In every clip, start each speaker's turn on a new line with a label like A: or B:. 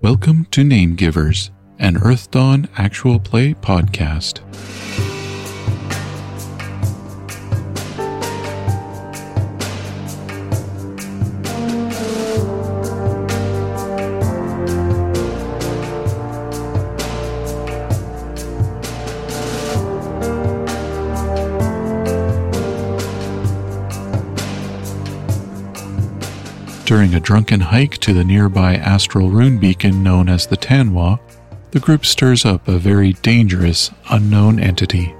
A: Welcome to Name Givers, an Earth Dawn actual play podcast. During a drunken hike to the nearby astral rune beacon known as the Tanwa, the group stirs up a very dangerous, unknown entity.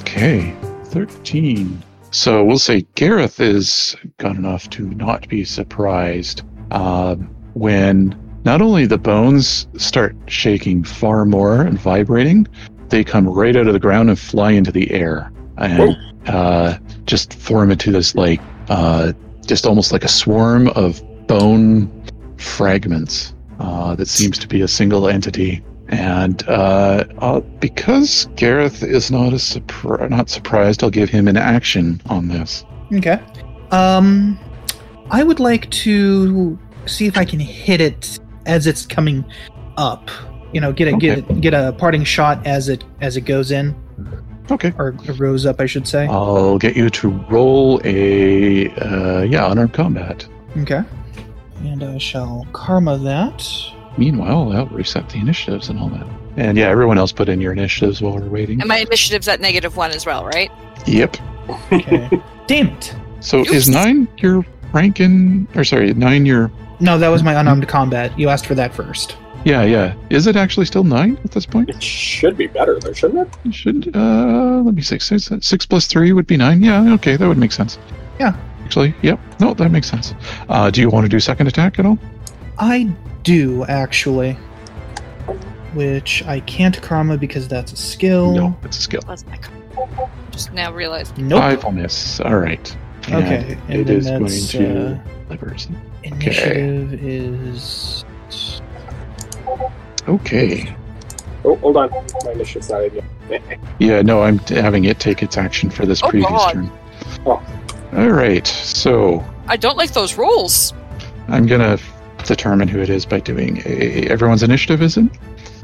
A: Okay, 13. So we'll say Gareth is gone enough to not be surprised um, when not only the bones start shaking far more and vibrating, they come right out of the ground and fly into the air and uh, just form into this like uh, just almost like a swarm of bone fragments uh, that seems to be a single entity. And uh, uh, because Gareth is not a surpri- not surprised, I'll give him an action on this.
B: Okay. Um, I would like to see if I can hit it as it's coming up. You know, get a get a- get a parting shot as it as it goes in
A: Okay.
B: or it rose up, I should say.
A: Uh. I'll get you to roll a uh, yeah unarmed combat.
B: okay. And I shall karma that.
A: Meanwhile, that'll reset the initiatives and all that. And yeah, everyone else put in your initiatives while we're waiting.
C: And my initiative's at negative one as well, right?
A: Yep.
B: Okay. Damn it!
A: So is
C: Oops.
A: nine your rank in? Or sorry, nine your
B: No, that was my unarmed combat. You asked for that first.
A: yeah yeah. Is it actually still nine at this point?
D: It should be better, though, shouldn't it?
A: It Should uh let me see six six plus three would be nine. Yeah, okay, that would make sense.
B: Yeah.
A: Actually, yep. No, that makes sense. Uh, do you want to do second attack at all?
B: I do actually, which I can't karma because that's a skill.
A: No, it's a skill.
C: That's my co- Just now realized.
B: Nope.
A: Five on this. All right. And
B: okay. And
A: it
B: then
A: is going
B: that's,
A: to
B: uh,
A: livers.
B: Initiative is.
A: Okay.
D: Oh, hold on. My initiative's not in yet.
A: Yeah, no, I'm t- having it take its action for this
C: Oh,
A: previous
C: God.
A: turn.
D: Oh.
A: All right. So
C: I don't like those rolls.
A: I'm gonna f- determine who it is by doing a everyone's initiative, is it?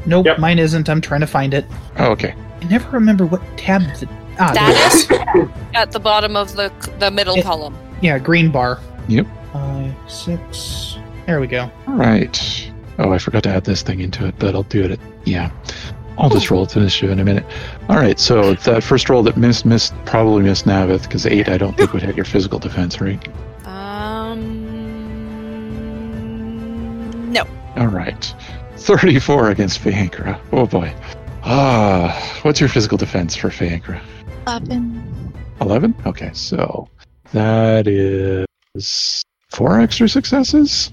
B: Nope,
D: Yep.
B: mine isn't. I'm trying to find it.
A: Oh, okay.
B: I never remember what tab. The, ah, there it
C: That is at the bottom of the the middle
B: Yeah.
C: column.
B: is. yeah, green bar.
A: Yep.
B: Five, six. There we go.
A: All right. Oh, I forgot to add this thing into it, but I'll do it. At, yeah. I'll just roll to initiative in a minute. All right. So that first roll that missed missed probably missed Navith because eight I don't think would hit your physical defense, right?
C: Um, no.
A: All right. 34 against Fiancra. Oh boy. Ah, what's your physical defense for Fiancra? 11? Okay, so that is four extra successes.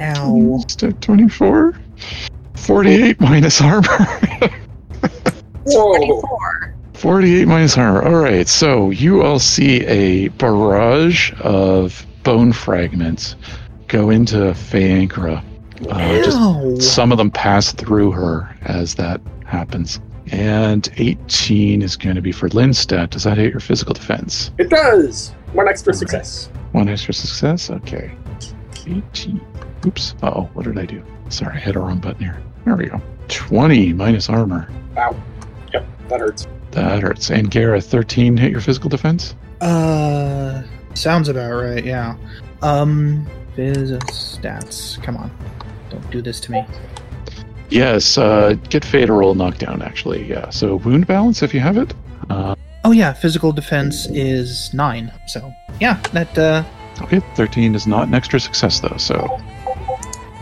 B: Ow.
A: Step 24. 48 minus armor.
D: Whoa!
C: Twenty-four.
A: 48 minus armor. All right, so you all see a barrage of bone fragments go into Fiancra. Uh, just
B: Ow.
A: some of them pass through her as that happens. And 18 is going to be for Lindstedt. Does that hit your physical defense?
D: It does! One extra success.
A: One extra success? Okay. 18. Oops. Uh oh, what did I do? Sorry, I hit a wrong button here. There we go. 20 minus armor.
D: That hurts.
A: That hurts. And Gareth, 13 hit your physical defense?
B: Uh, sounds about right. Yeah. Um, phys stats. Come on. Don't do this to me.
A: Yes, uh, get Fatal Roll knockdown, actually. Yeah, so wound balance if you have it. Uh,
B: Oh yeah, physical defense is nine. So yeah, that uh,
A: Okay, 13 is not an extra success, though, so.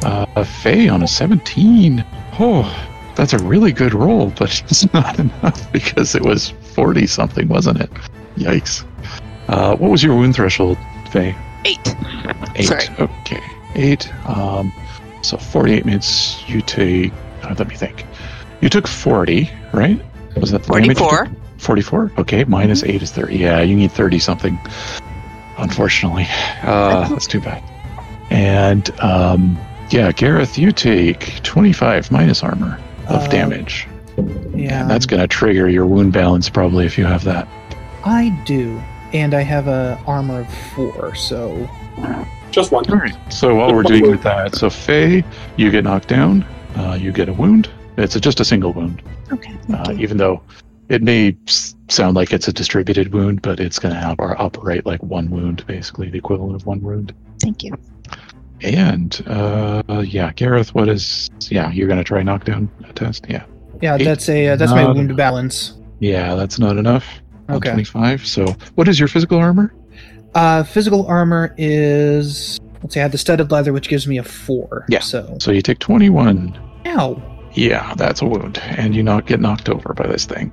A: Uh, a Faye on a 17. Oh, that's a really good roll, but it's not enough because it was 40 something, wasn't it? Yikes. Uh, what was your wound threshold, Faye?
C: Eight.
A: Eight.
C: Sorry.
A: Okay, eight. Um, so 48 minutes, you take. Uh, let me think. You took 40, right? Was that the damage you took?
C: Forty-four.
A: 44? Okay, minus 8 is 30. Yeah, you need 30 something, unfortunately. Uh, that's too bad. And um, yeah, Gareth, you take 25 minus armor of
B: Uh,
A: damage.
B: Yeah,
A: And that's going to trigger your wound balance probably if you have that.
B: I do, and I have a armor of four, so
D: Just one.
A: All right. So while we're doing with that, so Faye, you get knocked down. Uh, you get a wound. It's a, just a single wound,
E: Okay. thank
A: uh,
E: you.
A: even though it may s- sound like it's a distributed wound, but it's going to have our operate like one wound, basically the equivalent of one wound.
E: Thank you.
A: And uh, yeah, Gareth, what is? Yeah, you're going to try knockdown test. Yeah.
B: yeah,
A: Eight.
B: that's a uh, that's my
A: Not
B: wound
A: enough.
B: balance.
A: Yeah, that's not enough.
B: Okay.
A: Twenty-five. So what is your physical armor?
B: Uh, physical armor is let's see, I have the studded leather, which gives me a four.
A: Yeah.
B: So
A: So you take twenty-one
B: ow.
A: Yeah, that's a wound, and you not get knocked over by this thing.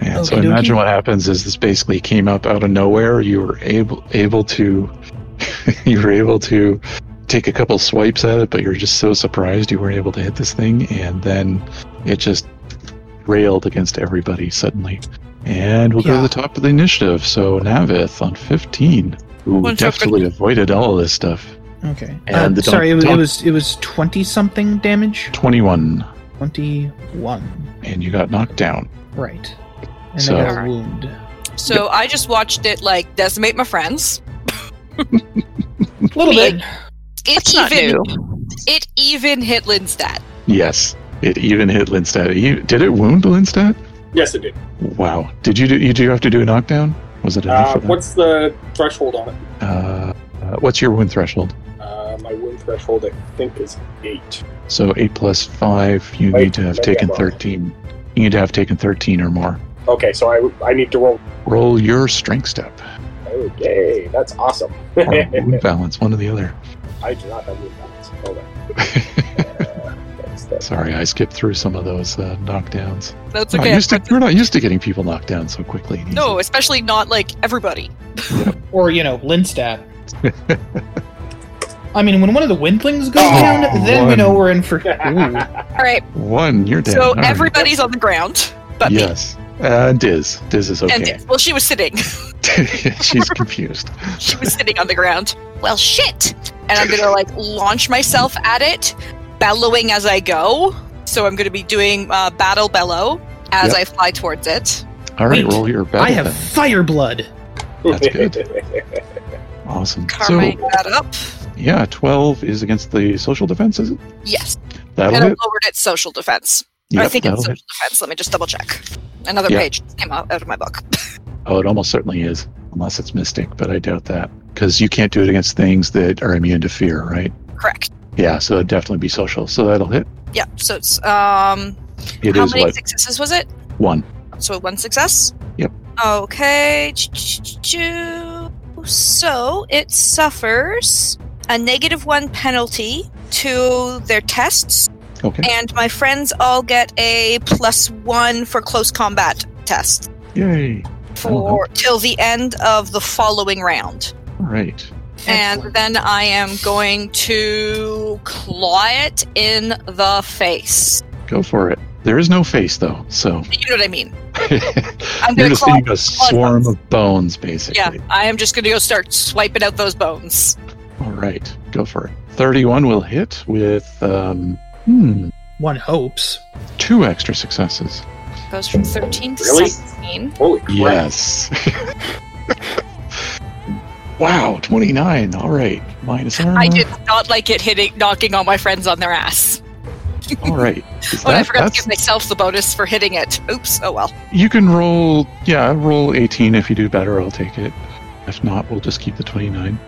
A: And so
B: Okey-dokey.
A: imagine what happens is this basically came up out of nowhere. You were able able to you were able to take a couple swipes at it, but you're just so surprised you weren't able to hit this thing, and then it just railed against everybody suddenly. And we'll go to
B: Yeah.
A: the top of the initiative. So Navith on fifteen, who
C: One top-
A: deftly avoided all of this stuff.
B: Okay.
A: And
B: Uh,
A: the dog-
B: sorry, it was, it
A: dog-
B: was it was twenty something damage.
A: Twenty-one,
B: Twenty one.
A: and you got knocked down.
B: Right. And
A: So-
B: I got a wound.
C: So I just watched it like decimate my friends.
B: A little bit.
C: It
E: That's not
C: even
E: new.
C: it even hit Lindstat.
A: Yes, it even hit Lindstad. You- Did it wound Lindstad?
D: Yes, it did.
A: Wow. Did you do? You do have to do a knockdown? Was it enough?
D: Uh,
A: for that?
D: what's the threshold on it?
A: Uh, uh, what's your wound threshold?
D: Uh, my wound threshold, I think, is eight.
A: So eight plus five, you
D: Wait,
A: need to have
D: maybe
A: taken
D: I'm wrong.
A: thirteen. You need to have taken thirteen or more.
D: Okay, so I, I need to roll.
A: Roll your strength step
D: Oh, yay! That's awesome.
A: or wound balance, one or the other.
D: I do not have wound balance. Hold on. Uh, That's the-
A: Sorry, I skipped through some of those uh, knockdowns.
C: That's
A: Not
C: okay.
A: used to- we're not used to getting people knocked down so quickly. and
C: No,
A: easily.
C: especially not like everybody.
B: Or you know, Linstat. I mean, when one of the windlings goes down, then we
A: Oh, one.
B: know we're in for. Ooh.
D: I
C: All right.
A: one, you're dead.
C: so
A: All right.
C: everybody's on the ground, but me.
A: Yes, uh, Diz. Diz is
C: And
A: okay.
C: well, she was sitting.
A: She's confused.
C: She was sitting on the ground. Well, shit. And I'm gonna like launch myself at it, bellowing as I go. So I'm gonna be doing uh, battle bellow as
A: Yep.
C: I fly towards it.
A: All right,
B: Wait,
A: roll your battle.
B: I have
A: then.
B: fire blood.
A: That's Awesome.
C: Carving
A: So,
C: that up.
A: yeah, 12 is against the social defense, is it?
C: Yes.
A: That'll
C: and I
A: hit.
C: lowered its social defense. I
A: Yep,
C: think
A: that'll
C: it's social
A: hit.
C: defense. Let me just double check. Another
A: Yep.
C: page came out, out of my book.
A: Oh, it almost certainly is, unless it's mystic, but I doubt that. Because you can't do it against things that are immune to fear, right?
C: Correct.
A: Yeah, so it'd definitely be social. So that'll hit.
C: Yeah. So it's um.
A: It is
C: how many
A: what?
C: successes was it?
A: One.
C: So one success.
A: Yep.
C: Okay. Ch-ch-ch-choo. So it suffers a negative one penalty to their tests,
A: Okay.
C: and my friends all get a plus one for close combat test
A: Yay.
C: for till the end of the following round.
A: All right.
C: And then I am going to claw it in the face.
A: Go for it. There is no face, though, so.
C: You know what I mean?
A: I'm
C: gonna
A: You're just
C: call-
A: seeing a swarm of bones,
C: Yeah,
A: basically.
C: I am just going to go start swiping out those bones.
A: All right. Go for it. 31 will hit with, um, hmm,
B: One hopes.
A: two extra successes.
C: Goes from 13 to
D: Really?
C: 17.
D: Holy crap.
A: Yes. wow, 29. All right. Minus armor.
C: I did not like it hitting, knocking all my friends on their ass.
A: All right.
C: Oh, and I
A: That-
C: forgot to
A: that's-
C: give myself the bonus for hitting it. Oops. Oh well.
A: You can roll, yeah, roll 18. If you do better, I'll take it. If not, we'll just keep the 29.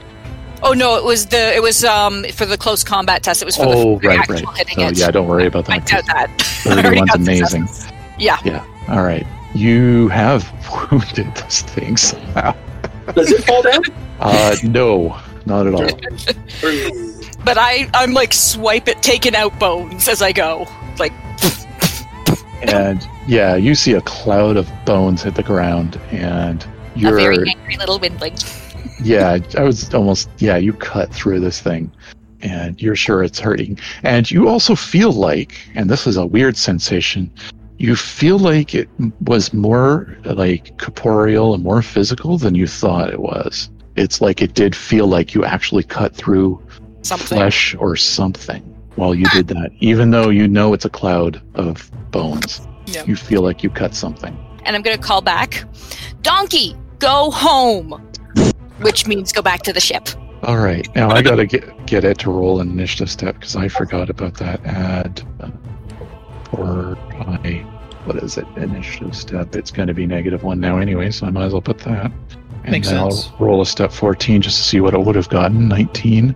C: Oh no, it was the it was um for the close combat test. It was for
A: Oh,
C: the, for
A: right,
C: actual
A: right.
C: hitting
A: So,
C: it.
A: yeah, don't worry about
C: I
A: that.
C: doubt that. I
A: Thirty
C: already
A: one's
C: got
A: amazing.
C: successes. Yeah.
A: All right. You have wounded this thing somehow.
D: Does it fall down?
A: Uh, no, not at all.
D: Or-
C: But I I'm like swipe it, taking out bones as I go. Like
A: And yeah, you see a cloud of bones hit the ground, and
C: a
A: you're.
C: very angry little windling.
A: yeah, I was almost yeah, you cut through this thing and you're sure it's hurting. And you also feel like, and this is a weird sensation, You feel like it was more like corporeal and more physical than you thought it was. It's like it did feel like you actually cut through
C: Something.
A: flesh or something while you did that, even though you know it's a cloud of bones.
C: Yeah.
A: You feel like you cut something.
C: And I'm going to call back Donkey, go home! Which means go back to the ship.
A: All right, now I gotta get get it to roll an initiative step because I forgot about that ad. uh, Or I, what is it? Initiative step. It's going to be negative one now anyway, so I might as well put that. And
B: Makes
A: then
B: sense.
A: I'll roll a step fourteen just to see what it would have gotten. Nineteen.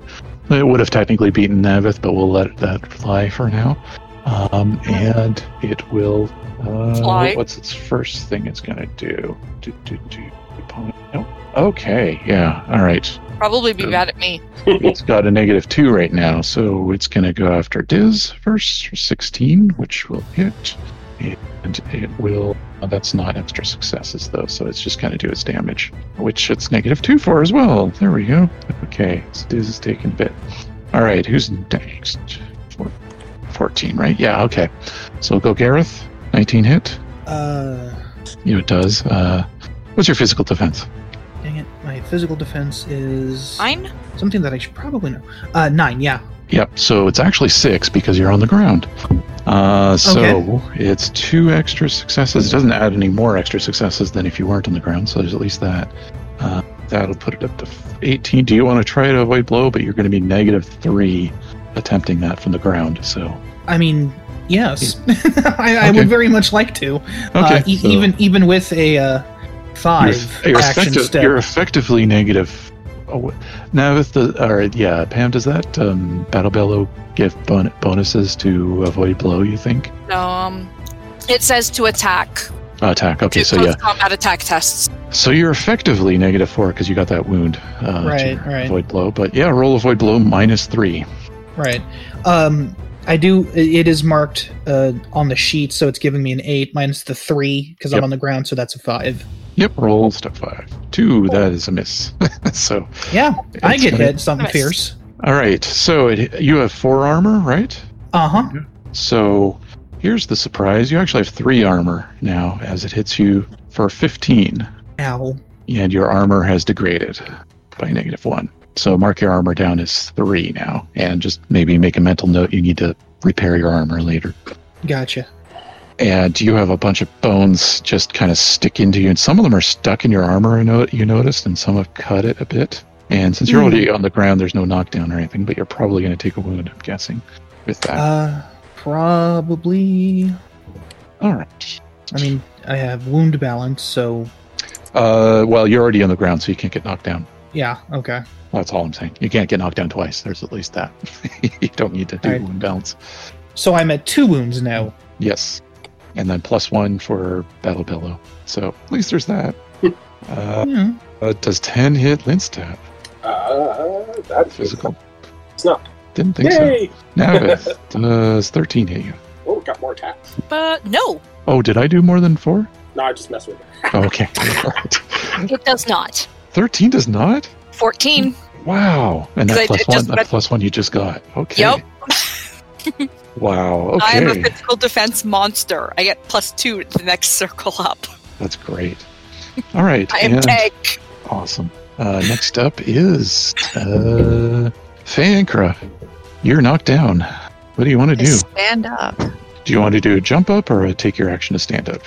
A: It would have technically beaten Navith, but we'll let that fly for now. Um, and it will. Uh,
C: Fly.
A: What's its first thing it's going to do? Do do do. Opponent. Nope. Okay. Yeah. All right
C: Probably be
A: Um,
C: mad at me.
A: it's got a negative two right now, so it's going to go after Diz first, for 16, which will hit. And it will. uh, that's not extra successes, though, so it's just going to do its damage, which it's negative two for as well. There we go. Okay, so Diz is taking a bit. All right, who's next? Four, 14, right? Yeah, okay. So go Gareth. 19 hit.
B: Uh,
A: You know, it does. Uh, what's your physical defense?
B: dang it. My physical defense is
C: Mine?
B: something that I should probably know. Uh, nine. Yeah.
A: Yep. So it's actually six because you're on the ground. Uh, so it's two extra successes. It doesn't add any more extra successes than if you weren't on the ground. So there's at least that. Uh, that'll put it up to 18. Do you want to try to avoid blow? But you're going to be negative three attempting that from the ground. So
B: I mean, yes. I, I
A: Okay.
B: would very much like to.
A: okay.
B: uh, e-
A: so
B: even even with a uh,
A: you're,
B: five
A: you're
B: action
A: effective-
B: step.
A: you're effectively negative. Oh, now with the all right, yeah, Pam, does that um, battle bellow give bon- bonuses to avoid blow? You think
C: Um, it says to attack.
A: Uh, attack? Okay,
C: to
A: so
C: close
A: yeah,
C: combat attack tests.
A: So you're effectively negative four because you got that wound. Uh, to
B: Right,
A: your
B: right.
A: Void blow, but yeah, roll a void blow minus three.
B: Right. Um, I do. It is marked uh, on the sheet, so it's giving me an eight minus the three because
A: Yep.
B: I'm on the ground, so that's a five.
A: Yep, roll step five. Two, that is a miss. so
B: Yeah, I
A: it's
B: get
A: gonna-
B: hit something
C: Nice.
B: fierce.
A: All right, so it, you have four armor, right?
B: Uh huh.
A: So here's the surprise: you actually have three armor now, as it hits you for 15,
B: Ow.
A: and your armor has degraded by negative one. So mark your armor down as three now, and just maybe make a mental note you need to repair your armor later.
B: Gotcha.
A: and you have a bunch of bones just kind of stick into you and some of them are stuck in your armor I know- you noticed and some have cut it a bit and since you're
B: Hmm.
A: already on the ground there's no knockdown or anything but you're probably going to take a wound i'm guessing with that
B: Uh, probably.
A: all right
B: I mean, I have wound balance, so
A: uh, well you're already on the ground so you can't get knocked down
B: yeah. Okay.
A: that's all i'm saying you can't get knocked down twice there's at least that you don't need to do
B: Alright.
A: wound balance
B: So I'm at two wounds now.
A: yes and then plus one for battle pillow so at least there's that uh,
B: Hmm.
A: uh, does 10 hit linstat
D: Uh, that's
A: physical
D: It's not.
A: didn't think so
D: Yay!
A: Navis, does 13 hit you?
D: Oh, got more attacks.
C: But no,
A: Oh, did I do more than four? Oh,
D: No, I just mess with it.
A: Okay. All right.
C: it does not.
A: 13 does not?
C: 14.
A: Wow. And
C: 'Cause I
A: that plus
C: did
A: one,
C: just
A: that
C: read-
A: plus one you just got. Okay.
C: Yep.
A: wow.
C: I am a
A: Okay.
C: physical defense monster. I get plus two to the next circle up.
A: That's great. All right.
C: I am
A: and-
C: tank.
A: Awesome. Uh, next up is uh, Fancra. You're knocked down. What do you want to
E: I
A: do?
E: stand up.
A: Do you want to do a jump up or a take your action to stand up?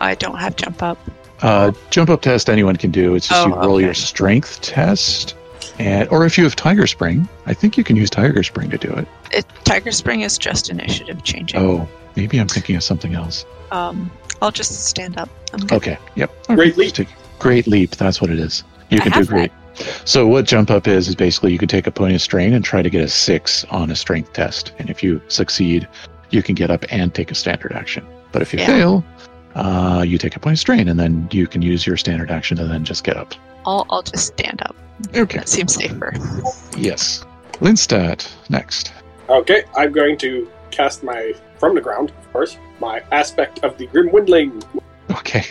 E: I don't have jump up.
A: Uh, jump up test anyone can do. It's just
E: Oh,
A: you roll
E: okay.
A: your strength test, and or if you have Tiger Spring, I think you can use Tiger Spring to do it.
E: It, Tiger Spring is just initiative changing.
A: Oh, maybe I'm thinking of something else.
E: Um, I'll just stand up. I'm good.
A: Okay, yep. All
D: Great
A: right,
D: leap.
A: just take- Great leap. That's what it is. You
E: I
A: can do
E: have
A: great. So what jump up is is basically you can take a point of strain and try to get a six on a strength test, and if you succeed, you can get up and take a standard action. But if you
E: Yeah.
A: fail, uh, you take a point of strain, and then you can use your standard action and then just get up.
E: I'll, I'll just stand up.
A: Okay.
E: That seems safer.
A: Yes. Linstat, next.
D: Okay, I'm going to cast my from the ground, of course, my aspect of the Grim Windling.
A: Okay.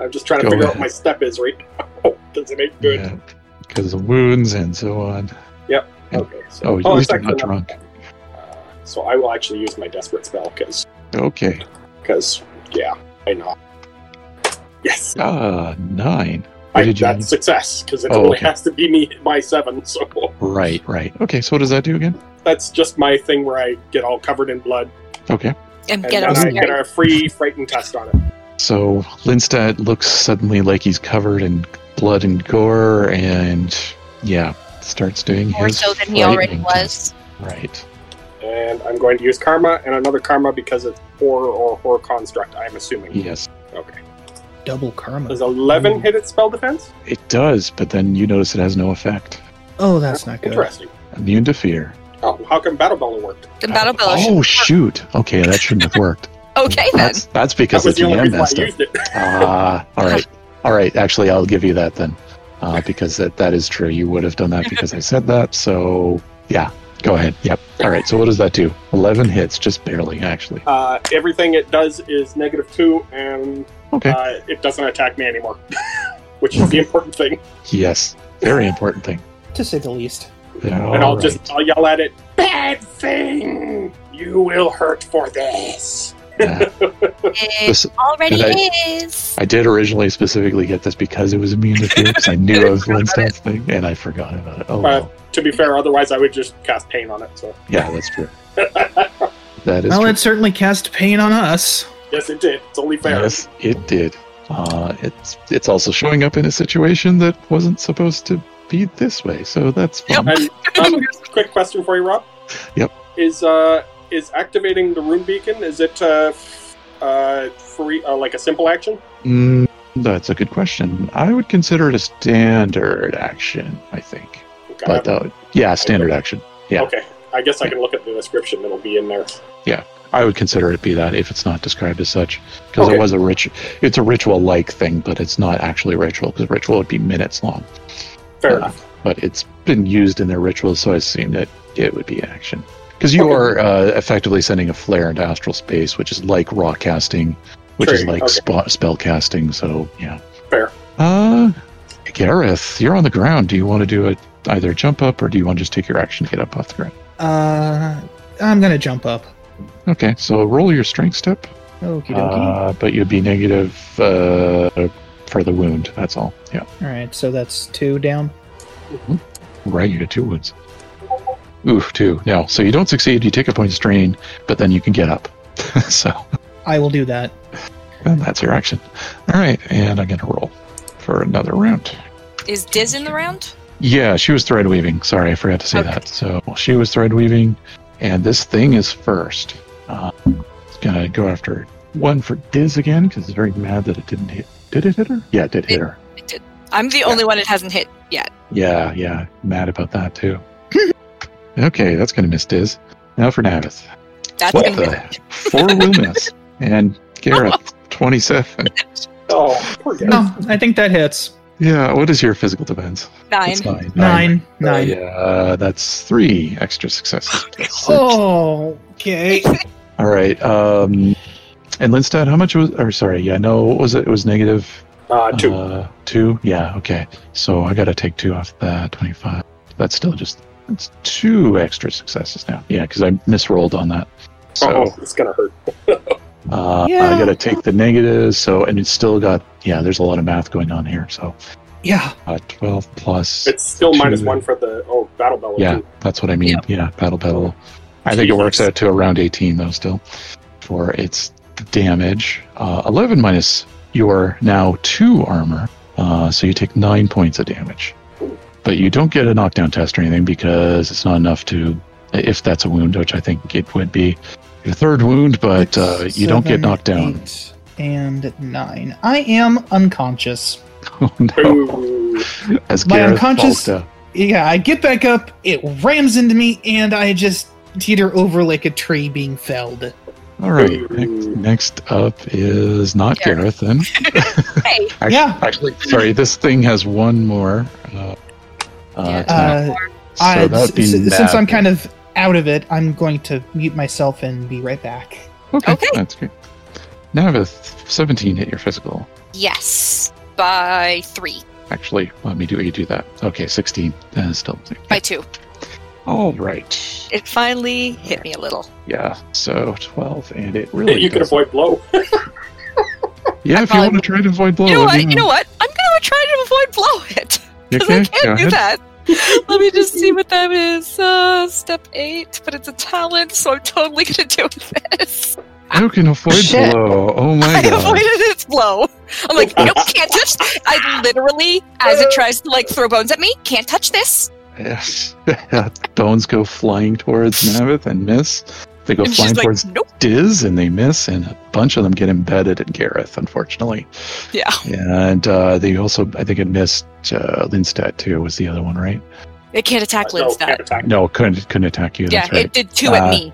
D: I'm just trying to
A: Go
D: figure out
A: ahead.
D: what my step is right now. Does it make good?
A: Because Uh, of wounds and so on.
D: Okay. So,
A: Oh, at least
D: it's
A: you're not
D: actually
A: drunk.
D: Uh, so I will actually use my desperate spell because
A: Okay.
D: Because, yeah, I know. Yes.
A: Ah, nine. What
D: I,
A: did you-
D: that's success, because it
A: Oh,
D: only
A: okay.
D: has to be me my seven, so
A: Right, right. Okay, so what does that do again?
D: that's just my thing where I get all covered in blood,
A: Okay.
C: and
D: and
C: get
D: then
C: him
D: I
C: scared.
D: get a free frightened test on it.
A: So Lindstad looks suddenly like he's covered in blood and gore, and yeah, starts doing
C: more
A: his
C: so than he already
A: frightening
C: was.
A: test. Right.
D: And I'm going to use karma and another karma because it's horror or horror construct, I'm assuming.
A: Yes,
D: Okay.
B: Double karma.
D: Does 11 hit its spell defense?
A: it does, but then you notice it has no effect.
B: Oh, that's not good.
D: Interesting.
A: Immune to fear.
D: Oh, how come Battle Bella worked?
C: The battle bell.
A: oh shoot! Okay, that shouldn't have worked.
C: Okay then.
A: That's that's because
D: that was
A: the
D: the only
A: DM
D: reason why
A: messed
D: I
A: up.
D: used it.
A: Ah, all right, all right. Actually, I'll give you that then, uh, because that that is true. You would have done that because I said that. So yeah, go ahead. Yep. All right. So what does that do? Eleven hits, just barely, actually.
D: Uh, everything it does is negative two, and
A: Okay.
D: uh, it doesn't attack me anymore, which is the important thing.
A: Yes, very important thing.
B: To say the least.
A: All
D: and I'll just
A: right.
D: I'll yell at it. Bad thing, you will hurt for this.
A: Yeah.
C: It
A: This-
C: already
A: Did
C: is.
A: I did originally specifically get this because it was immune to fear, because I knew it was Lindstein's thing, and I forgot about it. Oh,
D: Uh,
A: well.
D: To be fair, otherwise I would just cast pain on it. So
A: yeah, that's true. That is
B: well,
A: true.
B: it certainly cast pain on us.
D: yes, it did. It's only fair.
A: Yes, it did. Uh, it's it's also showing up in a situation that wasn't supposed to be this way, so that's fun.
D: And um, quick question for you, Rob.
A: Yep.
D: Is uh is activating the rune beacon? Is it uh, f- uh free uh, like a simple action?
A: Mm, that's a good question. I would consider it a standard action, I think.
D: Okay,
A: But uh, yeah, standard action. yeah.
D: okay. I guess I can look at the description. It'll be in there.
A: I would consider it be that if it's not described as such, because
D: Okay.
A: it was a rich, it's a ritual-like thing, but it's not actually ritual because ritual would be minutes long.
D: Fair
A: Yeah.
D: enough.
A: Uh, But it's been used in their rituals, so I assume that it would be action. Because you
D: Okay.
A: are uh, effectively sending a flare into astral space, which is like raw casting, which is
D: True,
A: like
D: okay.
A: spot spell casting. So yeah,
D: Fair.
A: Uh, Gareth, you're on the ground. Do you want to do a either jump up or do you want to just take your action to get up off the ground?
B: Uh, I'm gonna jump up.
A: Okay, so roll your strength step.
B: Okie dokie.
A: Uh, but you'd be negative uh, for the wound. That's all. Yeah.
B: All right, so that's two down.
A: Right. You get two wounds. Oof, two. No. So you don't succeed. You take a point strain, but then you can get up. so
B: I will do that.
A: and that's your action. All right. And I'm going to roll for another round.
C: Is Diz in the round?
A: Yeah. She was thread weaving. Sorry. I forgot to say
C: Okay.
A: that. So she was thread weaving. And this thing is first. Uh, it's going to go after one for Diz again because it's very mad that it didn't hit. Did it hit her? Yeah, it did hit her.
C: I'm the only one it hasn't hit yet.
A: Yeah, yeah. Mad about that too. okay, that's gonna miss Diz. Now for Navith.
C: That's
A: What
C: gonna be-
A: the four will miss. And Gareth, twenty seven.
D: Oh, poor guy.
B: No, I think that hits.
A: Yeah, what is your physical defense?
C: nine.
A: It's nine.
B: Nine. Nine.
A: Nine. Yeah, uh, that's three extra successes. That's six.
B: Oh, okay.
A: All right. Um and Lindstad, how much was or sorry, yeah, no, what was it? It was negative
D: Uh, two.
A: Uh, two? Yeah, okay. So I got to take two off that 25. That's still just that's two extra successes now. Yeah, because I misrolled on that. So
D: oh, it's gonna hurt.
A: uh,
B: Yeah.
A: I got to take the negatives. So, and it's still got, yeah, there's a lot of math going on here. So
B: Yeah.
A: uh, 12 plus.
D: It's still
A: Two.
D: minus one for the oh battle bell.
A: yeah, that's what I mean. Yeah, battle battle. I think it works
D: Jesus.
A: out to around 18, though, still, for its damage. Uh, 11 minus your now 2 armor, uh, so you take 9 points of damage. But you don't get a knockdown test or anything because it's not enough to, if that's a wound, which I think it would be your third wound, but uh, you don't get
B: Seven,
A: knocked down.
B: eight, and nine. I am unconscious.
A: Oh, no.
D: Ooh.
A: As
B: My
A: Gareth
B: unconscious-
A: falls down.
B: Yeah, I get back up. It rams into me, and I just teeter over like a tree being felled.
A: All right.
D: Ooh.
A: Next, next up is not
C: Yeah.
A: Gareth, then.
C: Hey,
A: Actually,
B: Yeah.
A: actually, sorry, this thing has one more. Uh,
C: Yeah.
A: uh, attack.
B: Uh,
A: so
B: I,
A: that'd be
B: s- s- since I'm
A: Nav.
B: kind of out of it, I'm going to mute myself and be right back.
A: okay,
C: Okay.
A: that's great. Navith, seventeen hit your physical.
C: yes, by three,
A: Actually, let me do you do that. Okay, sixteen. Uh, still,
C: by two.
A: All right.
C: It finally hit me a little.
A: Yeah. So 12, and it really.
D: you can
A: doesn't-
D: avoid blow.
A: Yeah, if you
C: probably-
A: want to try to avoid blow.
C: Um, you know
A: let
C: what?
A: me
C: You know what? I'm gonna try to avoid blow it.
A: Hmm. You
C: Because
A: can,
C: I can't
A: go
C: do
A: ahead.
C: that. Let me just see what that is. Uh, step eight, but it's a talent, so I'm totally gonna do this.
A: You can avoid
E: Shit.
A: blow. Oh my
C: I
A: god.
C: avoided its blow. I'm like, nope, can't touch. I literally, as it tries to like throw bones at me, can't touch this.
A: Yes. Bones go flying towards Navith and miss. They go
C: and
A: flying
C: she's like,
A: towards
C: nope.
A: Diz and they miss, and a bunch of them get embedded in Gareth, unfortunately.
C: Yeah.
A: And uh, they also, I think it missed uh, Lindstat too, was the other one, right?
C: It can't attack
D: no,
C: Lin's
D: can't attack.
A: No, it couldn't, couldn't attack you.
C: Yeah,
A: That's right.
C: it did two at
A: Uh,
C: me.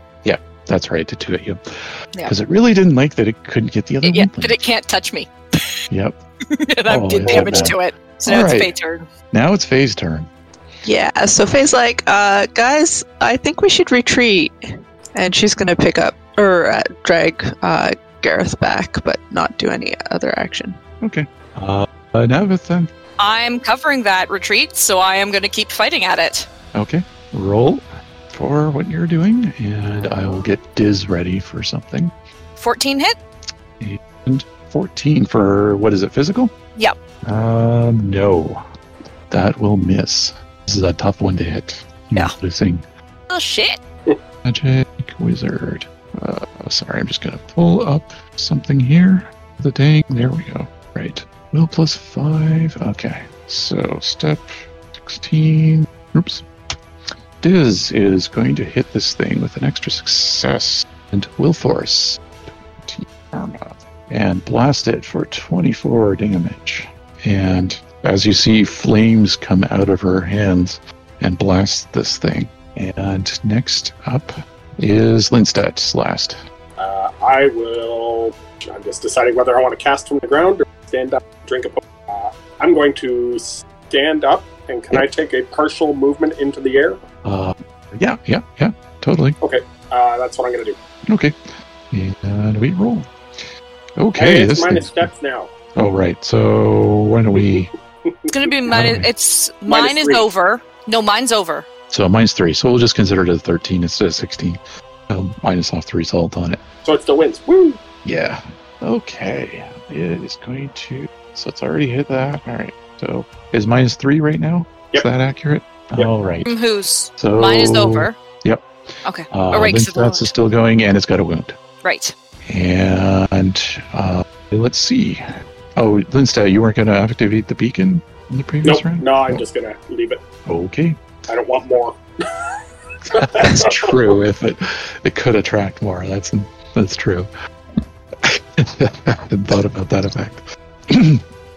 A: That's right, to two at you.
C: Yeah.
A: Because it really didn't like that it couldn't get the other
C: It, yeah,
A: one.
C: that it can't touch me.
A: Yep.
C: and I
A: Oh,
C: did
A: yeah,
C: damage
A: boy.
C: to it. So now it's
A: Alright.
C: Faye turn.
A: Now it's Faye's turn.
E: Yeah, so Faye's like, uh, guys, I think we should retreat. And she's gonna pick up, or uh, drag uh, Gareth back, but not do any other action.
A: Okay. Uh, uh, Navith then.
C: I'm covering that retreat, so I am going to keep fighting at it.
A: Okay. Roll for what you're doing, and I will get Diz ready for something.
C: 14 hit.
A: 14 for what is it physical
C: Yep.
A: um no that will miss this is a tough one to hit
C: Yeah.
A: losing
C: Oh, shit.
A: magic wizard uh, sorry i'm just gonna pull up something here the dang there we go right will plus five okay so step 16 oops diz is going to hit this thing with an extra success and will force 20 and blast it for 24 damage. And as you see, flames come out of her hands and blast this thing. And next up is Lindstadt's last.
D: Uh, I will. I'm just deciding whether I want to cast from the ground or stand up, and drink a. po- Uh, I'm going to stand up, and can I take a partial movement into the air?
A: Uh, yeah, yeah, yeah, totally.
D: Uh, that's what I'm going to do.
A: Okay. And we roll. Okay.
D: And it's
A: This
D: minus
A: thing-
D: steps now.
A: oh, right. So why don't we.
C: It's going to be mine.
A: Alright.
C: It's
D: Minus
C: mine is
D: three.
C: over. No, mine's over.
A: So mine's three. So we'll just consider it a 13 instead of 16. Um, minus off the result on it.
D: So it still wins. Woo!
A: Yeah. Okay. It is going to. So it's already hit that. All right. So is minus three right now? Is
D: Yep.
A: that accurate?
D: Yep.
A: All right.
C: From whose?
A: So
C: Mine is over.
A: Oh, yep.
C: Okay.
A: Uh,
C: All right,
A: Lynch
C: so the
A: Bats
C: wound.
A: is still going, and it's got a wound.
C: Right.
A: And uh, let's see. Oh, Linsta, you weren't going to activate the beacon in the previous
D: Nope.
A: round.
D: No, I'm just going to leave it.
A: Okay,
D: I don't want more.
A: that's true. If it it could attract more, that's that's true. I hadn't thought about that effect.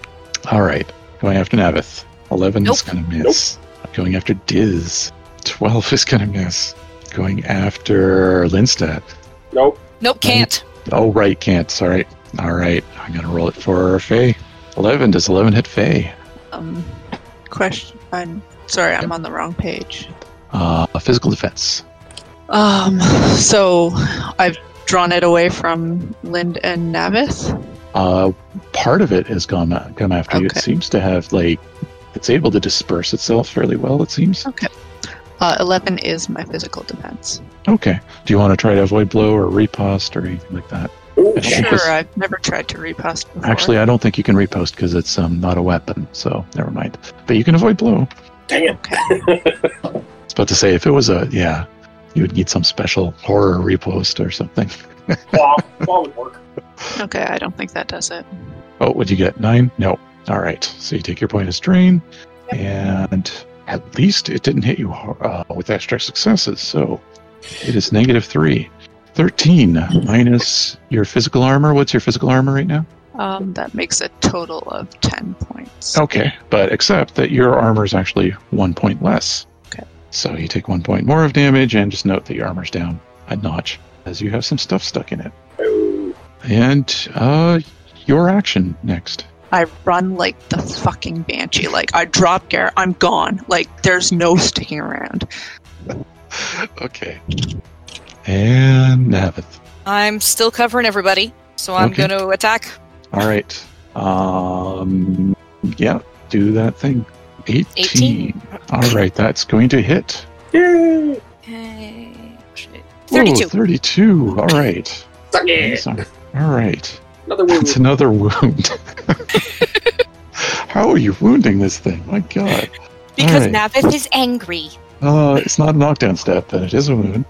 A: All right, going after Navith. Eleven is
C: Nope.
A: going to miss. Going after Diz. Twelve is going to miss. Going after Linstead.
D: Nope.
C: Nope, can't.
A: Oh right, can't. Sorry. All right, I'm going to roll it for Faye. Eleven. Does eleven hit Faye?
E: Um, question. I'm sorry, I'm on the wrong page.
A: Uh, physical defense.
E: Um, so I've drawn it away from Lind and Navith.
A: Uh, part of it has gone come after you. It
E: Okay.
A: seems to have like it's able to disperse itself fairly well. It seems.
E: Uh, 11 is my physical defense.
A: Okay. Do you want to try to avoid blow or repost or anything like that?
D: Ooh,
A: I don't think
E: Sure,
A: this-
E: I've never tried to repost before.
A: Actually, I don't think you can repost because it's um, not a weapon. So never mind. But you can avoid blow.
D: Dang it.
E: Okay.
A: I was about to say if it was a yeah, you would need some special horror repost or something.
D: Claw. Claw would work.
E: Okay, I don't think that does it.
A: Oh, what'd you get? Nine? No. All right. So you take your point of strain, and at least it didn't hit you uh, with extra successes. So it is negative three. 13 minus your physical armor. What's your physical armor right now?
E: Um, that makes a total of 10 points.
A: Okay. But except that your armor is actually one point less.
E: Okay.
A: So you take one point more of damage, and just note that your armor's down a notch as you have some stuff stuck in it.
D: Ooh.
A: And uh, your action next.
E: I run like the fucking banshee. Like, I drop Garrett, I'm gone. Like, there's no sticking around.
A: Okay. And Navith.
C: I'm still covering everybody, so I'm
A: Okay.
C: going to attack.
A: All right. Um, yeah, do that thing. 18. All right, that's going to hit.
D: Yay!
C: Okay. Shit.
A: Ooh,
C: 32.
A: 32. All right.
D: Suck it!
A: These are- All right.
D: Another
A: That's
D: wound.
A: another wound. How are you wounding this thing? My God.
C: because
A: Alright.
C: Navith is angry.
A: Uh, it's not a knockdown step, but it is a wound.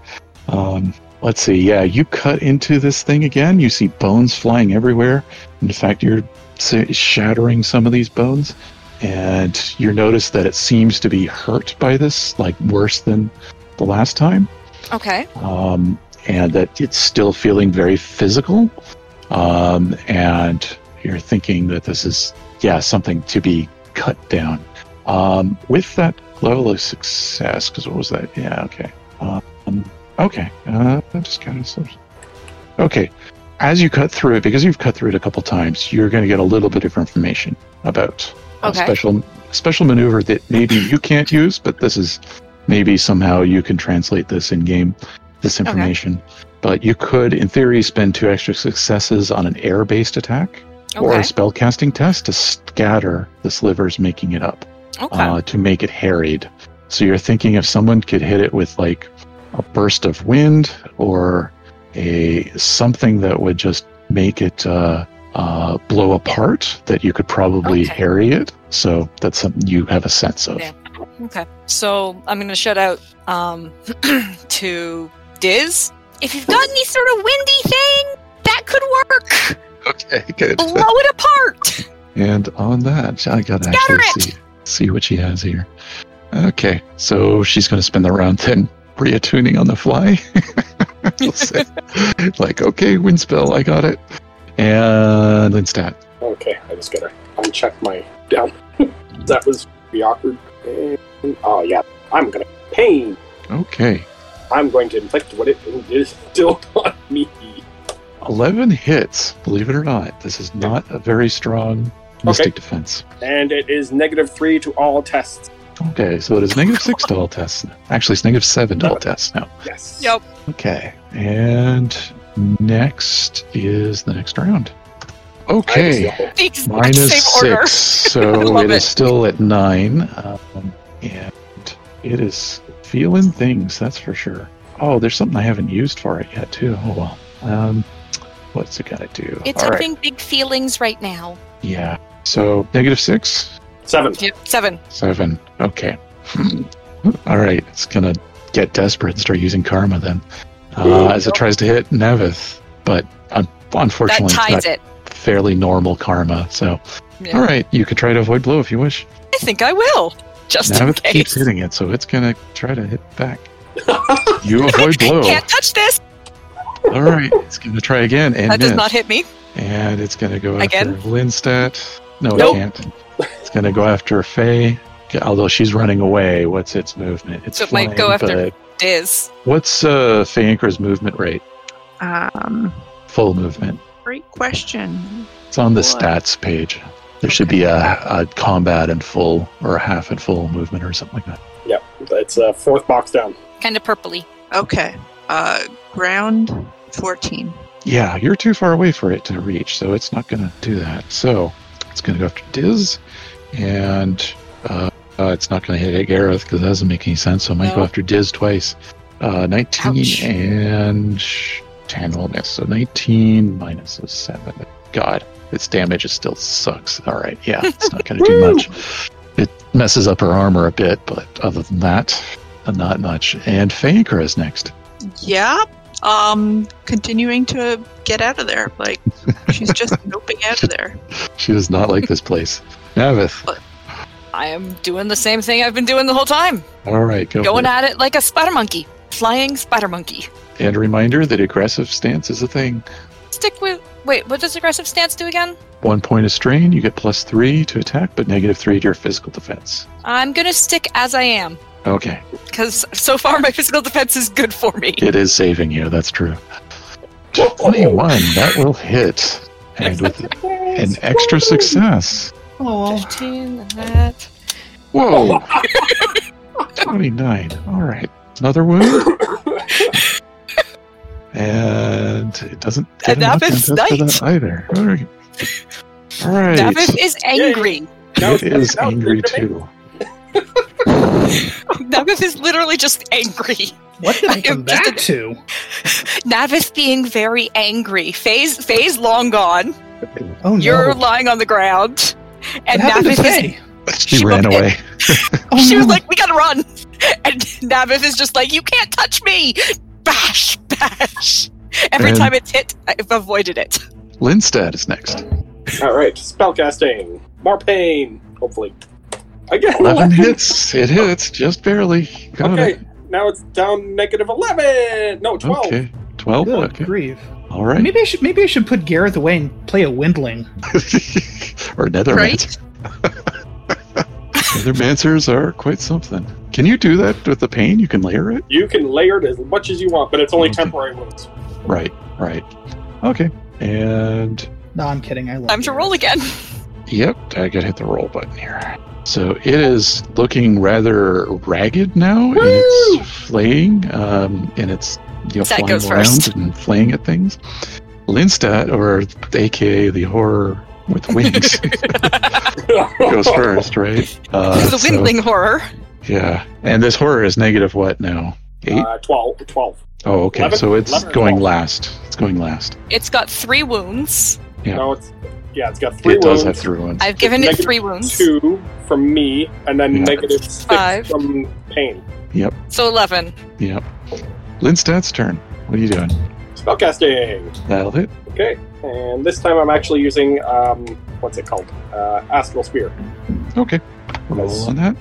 A: Um, let's see. Yeah, you cut into this thing again. You see bones flying everywhere. In fact, you're sa- shattering some of these bones, and you notice that it seems to be hurt by this, like worse than the last time,
C: Okay.
A: um, and that it's still feeling very physical. Um, and you're thinking that this is, yeah, something to be cut down. Um, with that level of success, because what was that? Yeah, okay. Um, okay, uh, that just kind of slips. Okay, as you cut through it, because you've cut through it a couple times, you're going to get a little bit of information about a
C: Okay.
A: special special maneuver that maybe you can't use, but this is maybe somehow you can translate this in game, this information. But you could, in theory, spend two extra successes on an air-based attack or a
C: Okay.
A: spellcasting test to scatter the slivers making it up
C: Okay.
A: uh, to make it harried. So you're thinking if someone could hit it with like a burst of wind or a something that would just make it uh, uh, blow apart, that you could probably
C: Okay.
A: harry it. So that's something you have a sense of.
C: Yeah. Okay. So I'm going to shout out um, to Diz. If you've got any sort of windy thing, that could work.
A: Okay, good.
C: Blow it apart.
A: And on that, I gotta
C: Scatter
A: actually see, see what she has here. Okay, so she's gonna spend the round then reattuning on the fly. We'll say, like, okay, wind spell, I got it. And then stat.
D: Okay, I just gotta uncheck my down. that was be awkward. And, oh yeah, I'm gonna pain.
A: Okay,
D: I'm going to inflict what it is still on me.
A: eleven hits. Believe it or not, this is not a very strong mystic defense.
D: And it is negative three to all tests.
A: Okay, so it is negative six to all tests. Actually, it's negative seven to all tests now.
D: Yes.
C: Yep.
A: Okay, and next is the next round. Okay.
D: I just-
C: The exact
A: Minus
C: same
A: six,
C: order.
A: so
C: Love
A: it
C: it.
A: is still at nine, um, and it is feeling things. That's for sure. Oh, there's something I haven't used for it yet too. Oh well. Um, what's it gonna do?
C: It's
A: All right,
C: having big feelings right now.
A: Yeah. So negative six,
D: Seven.
C: Yep. Seven.
A: seven. Okay. All right. It's gonna get desperate and start using karma then, uh, as it tries to hit Nevith. But un-
C: That
A: unfortunately, it's
C: ties
A: not
C: it.
A: fairly normal karma. So,
C: Yeah.
A: all right, you could try to avoid blow if you wish.
C: I think I will. Just
A: Now
C: in
A: it
C: case.
A: keeps hitting it, so it's gonna try to hit back. You avoid blow.
C: Can't touch this.
A: All right, it's gonna try again and
C: That does
A: miss.
C: not hit me.
A: And it's gonna go
C: Again?
A: after Linstat. No,
C: Nope.
A: it can't. It's gonna go after Faye. Okay, Although she's running away, what's its movement? It's
C: So it
A: flying,
C: might go after-
A: but
C: Diz.
A: what's uh, Faye Anchor's movement rate?
E: Um,
A: Full movement.
E: great question.
A: It's on the
E: What?
A: stats page. There should be a, a combat and full or a half and full movement or something like that.
D: Yep. It's uh, fourth box down.
C: Kind of purpley.
E: Okay. Uh, ground 14.
A: Yeah, you're too far away for it to reach, so it's not going to do that. So it's going to go after Diz, and uh, uh, it's not going to hit Gareth because that doesn't make any sense. So it might go
C: No.
A: after Diz twice. Uh, 19
C: Ouch.
A: and 10 will miss. So 19 minus a 7. God, its damage it still sucks. All right, yeah, it's not going to do
D: Woo!
A: much. It messes up her armor a bit, but other than that, not much. And Fainker is next.
E: Yeah. Um, continuing to get out of there. Like, she's just noping out of there.
A: She does not like this place. Navith.
C: I am doing the same thing I've been doing the whole time.
A: All right, go
C: Going
A: for it.
C: at it like a spider monkey. Flying spider monkey.
A: And a reminder that aggressive stance is a thing.
C: Stick with. Wait, what does aggressive stance do again?
A: One point of strain, you get plus three to attack, but negative three to your physical defense.
C: I'm going to stick as I am.
A: Okay,
C: Because so far my physical defense is good for me.
A: it is saving you. That's true. Twenty-one, that will hit, and with an extra success.
B: Oh,
C: 15 and that.
A: Whoa, twenty-nine. All right, another wound, and it doesn't get
C: And
A: enough
C: Navith's
A: contest for that
C: knight.
A: either. All right, all right.
C: Davith is angry.
D: Now
A: it
D: it's-
A: is
D: now it's
A: angry
D: good to me.
A: too.
C: Navith is literally just angry.
B: What did
C: I
B: I come
C: am just
B: back to?
C: Navith being very angry. Faye's, Faye's long gone.
B: Oh no!
C: You're lying on the ground.
B: what
C: And
B: happened to
C: Navith is
B: Faye?
A: She,
C: She
A: ran
C: looked
A: away.
B: Oh,
C: she was
B: no.
C: like, "We gotta run," and Navith is just like, "You can't touch me!" Bash, bash. Every
A: And-
C: time it's hit, I've avoided it.
A: Lindstad is next.
D: All right, spellcasting. More pain, hopefully. Again,
A: 11 hits. It hits just barely. Got
D: Oh, Okay,
A: it.
D: now it's down negative 11. No, 12.
A: Okay. 12?
B: Good
A: Okay.
B: Oh, grief.
A: All right.
B: Maybe I should maybe I should put Gareth away and play a windling.
A: or Nethermancer.
E: Right?
A: Nethermancers are quite something. Can you do that with the pain? You can layer it?
D: You can layer it as much as you want, but it's only
A: Okay.
D: temporary wounds.
A: Right, right. Okay. And
B: No, I'm kidding. I love
C: Time to
B: Gareth.
C: roll again.
A: yep, I gotta hit the roll button here. So it is looking rather ragged now and
D: Woo!
A: it's flaying. Um, and it's you know,
C: Zach
A: flying
C: goes
A: around
C: first.
A: and flaying at things. Linstat, or aka the horror with wings, goes first, right? Uh,
C: This is
A: so-
C: a windling horror.
A: Yeah. And this horror is negative what now? Eight?
D: Uh, 12. 12.
A: oh, okay.
D: eleven-
A: so it's
D: eleven or
A: going
D: twelve.
A: last. It's going last.
C: It's got three wounds.
A: Yeah.
D: No, it's, yeah, it's got three
A: it
D: wounds.
A: does have three ones.
C: I've given it
D: Negative
C: three wounds,
D: Two from me, and then
A: Yeah.
D: negative six
C: Five.
D: from pain.
C: so eleven.
A: Yep. Lindstad's turn. What are you doing?
D: Spellcasting.
A: That'll hit.
D: Okay, and this time I'm actually using, um, what's it called? Uh, Astral Spear.
A: Okay. Roll
D: Nice.
A: on that.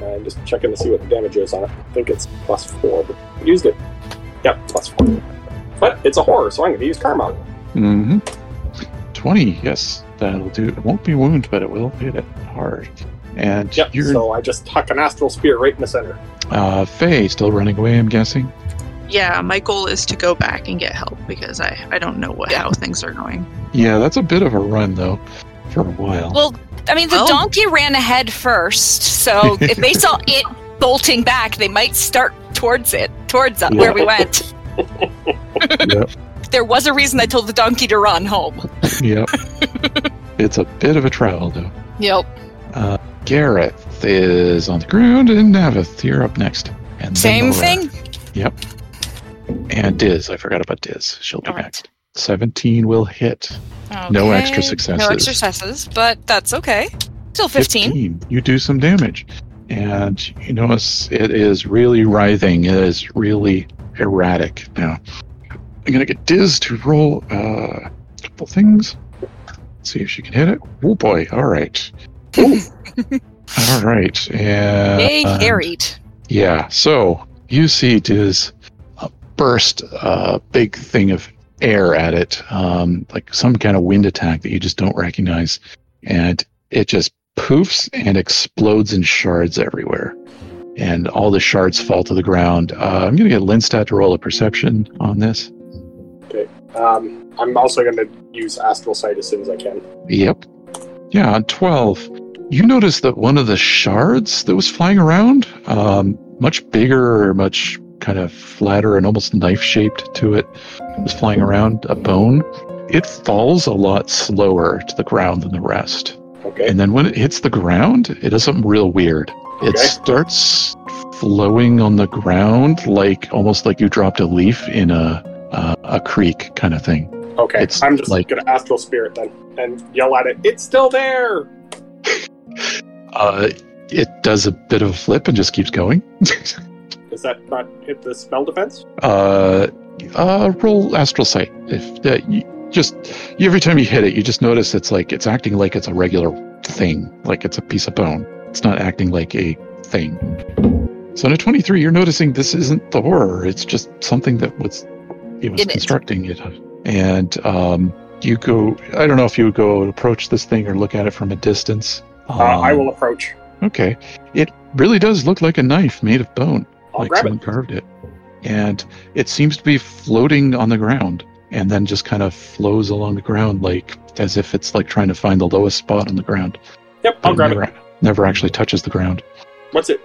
D: I'm just checking to see what the damage is on it. I think it's plus four, but I used it. Yep, plus four. But it's a horror, so I'm going to use Karma.
A: Mm-hmm. Twenty. Yes, that'll do. It won't be wound, but it will hit it hard. And
D: Yep,
A: you're
D: so I just huck an Astral Spear right in the center.
A: uh, Faye still running away. I'm guessing.
E: Yeah, my goal is to go back and get help because I, I don't know what,
C: Yeah.
E: how things are going.
A: Yeah, that's a bit of a run though, for a while.
C: Well, I mean, the
E: Oh.
C: donkey ran ahead first, so if they saw it bolting back, they might start towards it, towards us, where we went.
A: Yep.
C: There was a reason I told the donkey to run home.
A: yep. it's a bit of a travel though.
C: Yep.
A: Uh, Gareth is on the ground, and Navith, you're up next. And then
C: Same
A: Laura.
C: thing.
A: And Diz. I forgot about Diz. She'll be
C: All right.
A: next. Seventeen will hit. No extra successes.
C: No extra successes, but that's okay. Still 15.
A: You do some damage. And you notice it is really writhing. It is really erratic now. I'm going to get Diz to roll uh, a couple things. See if she can hit it. Oh boy. All right. Ooh. all right. And,
C: They carried.
A: yeah, so you see Diz uh, burst a big thing of air at it, um, like some kind of wind attack that you just don't recognize. And it just poofs and explodes in shards everywhere. And all the shards fall to the ground. Uh, I'm going to get Linstat to roll a perception on this.
D: Um, I'm also going to use Astral Sight as soon as I can.
A: Yep. Yeah, on 12, you notice that one of the shards that was flying around, um, much bigger, much kind of flatter and almost knife shaped to it, was flying around, a bone. It falls a lot slower to the ground than the rest.
D: Okay.
A: And then when it hits the ground, it does something real weird. It
D: Okay.
A: starts flowing on the ground, like almost like you dropped a leaf in a, uh, a creek kind of thing.
D: Okay,
A: It's
D: I'm just
A: like-
D: going to Astral Spirit then and yell at it. It's still there!
A: Uh, it does a bit of a flip and just keeps going.
D: Does that not hit the spell defense?
A: uh, uh, roll astral sight. If uh, you just you, every time you hit it, you just notice it's like it's acting like it's a regular thing, like it's a piece of bone. It's not acting like a thing. So in a twenty-three, you're noticing this isn't the horror. It's just something that was it was
C: It is.
A: constructing it, and um, you go. I don't know if you would go and approach this thing or look at it from a distance.
D: Uh, I
A: Um,
D: will approach.
A: Okay. It really does look like a knife made of bone.
D: I'll
A: like
D: grab
A: someone
D: it.
A: carved it. And it seems to be floating on the ground and then just kind of flows along the ground like as if it's like trying to find the lowest spot on the ground.
D: Yep,
A: but
D: I'll grab
A: never,
D: it.
A: never actually touches the ground.
D: What's it?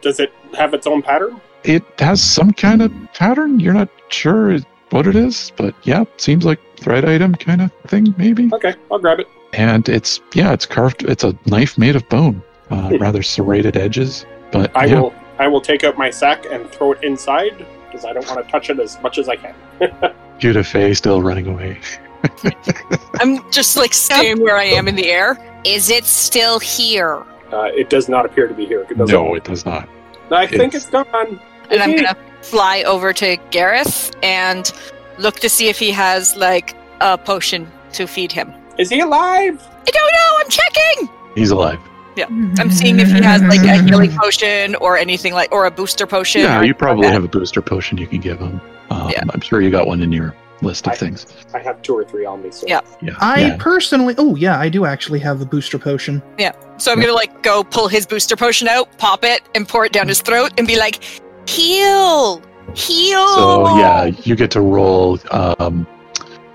D: Does it have its own pattern?
A: It has some kind of pattern. You're not sure what it is, but yeah, seems like thread item kind of thing, maybe.
D: Okay, I'll grab it.
A: And it's, yeah, it's carved, it's a knife made of bone, uh,
D: Hmm.
A: rather serrated edges. But
D: I
A: yeah,
D: will I will take out my sack and throw it inside because I don't want to touch it as much as I can.
A: Judah Faye still running away.
C: I'm just like staying where I am in the air. Is it still here?
D: Uh, it does not appear to be here. It doesn't-
A: No, it does not.
D: I think
A: it's-
D: it's gone.
C: And I'm
D: Mhm.
C: gonna fly over to Gareth and look to see if he has like a potion to feed him.
D: Is he alive?
C: I don't know. I'm checking.
A: He's alive.
C: I'm seeing if he has like a healing potion or anything like, or a booster potion.
A: Yeah,
C: or
A: you probably
C: that.
A: have a booster potion you can give him. Um,
C: Yeah.
A: I'm sure you got one in your list of
D: I-
A: things.
D: I have two or three on me. So
C: Yeah.
A: Yeah.
B: I
A: yeah.
B: personally, oh yeah, I do actually have a booster potion.
C: So I'm gonna like go pull his booster potion out, pop it, and pour it down his throat, and be like, "Heal, heal."
A: So yeah, you get to roll um,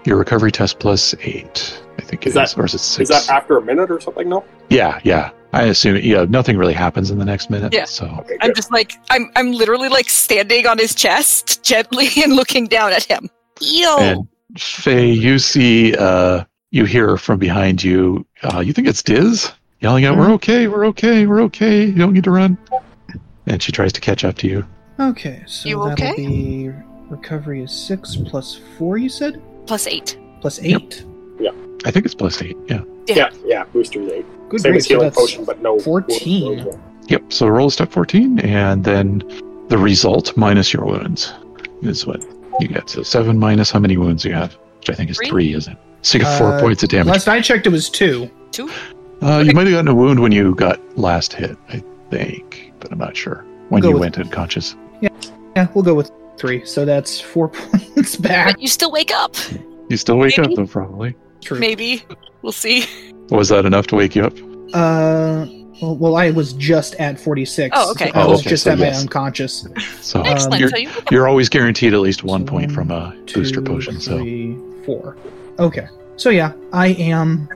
A: your recovery test plus eight. I think it
D: Is
A: is,
D: that-
A: or is it six?
D: Is that after a minute or something? No.
A: yeah, yeah. I assume yeah. Nothing really happens in the next minute.
C: Yeah.
A: So
D: Okay.
C: I'm
D: Good.
C: just like I'm I'm literally like standing on his chest gently and looking down at him. Heal.
A: and Faye, you see, uh, you hear from behind you. Uh, you think it's Diz yelling out,
C: Hmm.
A: "We're okay, we're okay, we're okay. You don't need to run." And she tries to catch up to you.
B: Okay, so
E: You
B: that'll
E: okay?
B: be recovery is six plus four. You said
C: Plus eight.
B: plus
A: Yep.
B: eight.
A: I think it's plus eight. Yeah.
D: yeah, yeah. Booster's eight.
B: Good
D: Same
B: grief,
D: as
B: so
D: healing
B: that's-
D: potion, but no.
B: 14.
A: Yep. So roll step 14, and then the result minus your wounds is what you get. So seven minus how many wounds you have, which I think is
C: Three.
A: three, isn't it? So you get four
B: Uh,
A: points of damage.
B: Last I checked, it was two.
A: Uh, you might have gotten a wound when you got last hit, I think, but I'm not sure when
B: Go
A: you
B: with-
A: went unconscious.
B: Yeah, we'll go with three. So that's four points back.
C: But you still wake up.
A: You still wake
C: Maybe.
A: up though, probably.
B: True.
C: Maybe. We'll see.
A: Was that enough to wake you up?
B: Uh, well, well, I was just at forty-six.
C: Oh, okay.
B: I
A: Oh,
B: was
A: okay,
B: just
A: so
B: at
A: yes.
B: my unconscious.
A: So
B: Um,
C: Excellent.
A: you're,
C: so you wake up.
A: you're always guaranteed at least one
B: So
A: point from a booster
B: Two,
A: potion. So
B: three, four. Okay. So yeah, I am.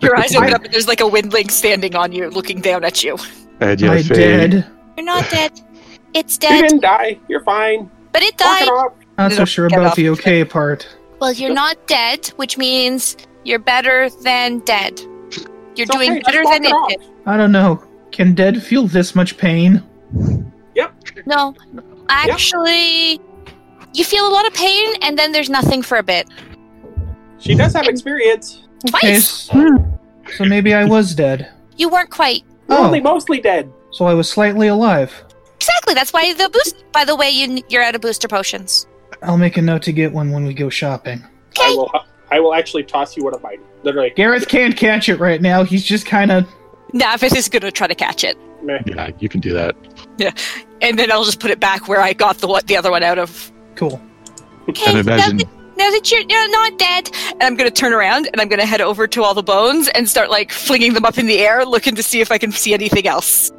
C: your eyes open up and there's like a windling standing on you, looking down at you.
A: And
B: I
A: yes, Faye,
B: dead.
C: You're not dead. It's
D: You didn't die. You're fine.
C: but it
D: Walk it off.
B: Not so
C: Nope,
B: sure
C: get
B: about
C: off.
B: the okay part.
F: Well, you're not dead, which means you're better than dead. You're
D: It's okay,
F: doing
D: just
F: better
D: walk
F: than
D: it
F: it
D: off.
F: did.
B: I don't know. Can dead feel this much pain?
F: No, actually, you feel a lot of pain, and then there's nothing for a bit.
D: She does have experience.
B: Okay,
F: Twice.
B: s- so maybe I was dead.
F: You weren't quite.
D: We're Only
B: Oh,
D: mostly dead.
B: so I was slightly alive.
F: Exactly. That's why the boost. By the way, you, you're out of booster potions.
B: I'll make a note to get one when we go shopping.
D: I
F: Okay.
D: will. I will actually toss you one of mine. Literally.
B: Gareth can't catch it right now. He's just kind of.
C: Navis is gonna try to catch it.
D: Meh.
A: yeah, you can do that.
C: And then I'll just put it back where I got the one, the other one out of.
B: Cool.
F: Okay.
A: And
F: so now
A: imagine
F: that- now that you're, you're not dead,
C: And I'm gonna turn around and I'm gonna head over to all the bones and start like flinging them up in the air, looking to see if I can see anything else.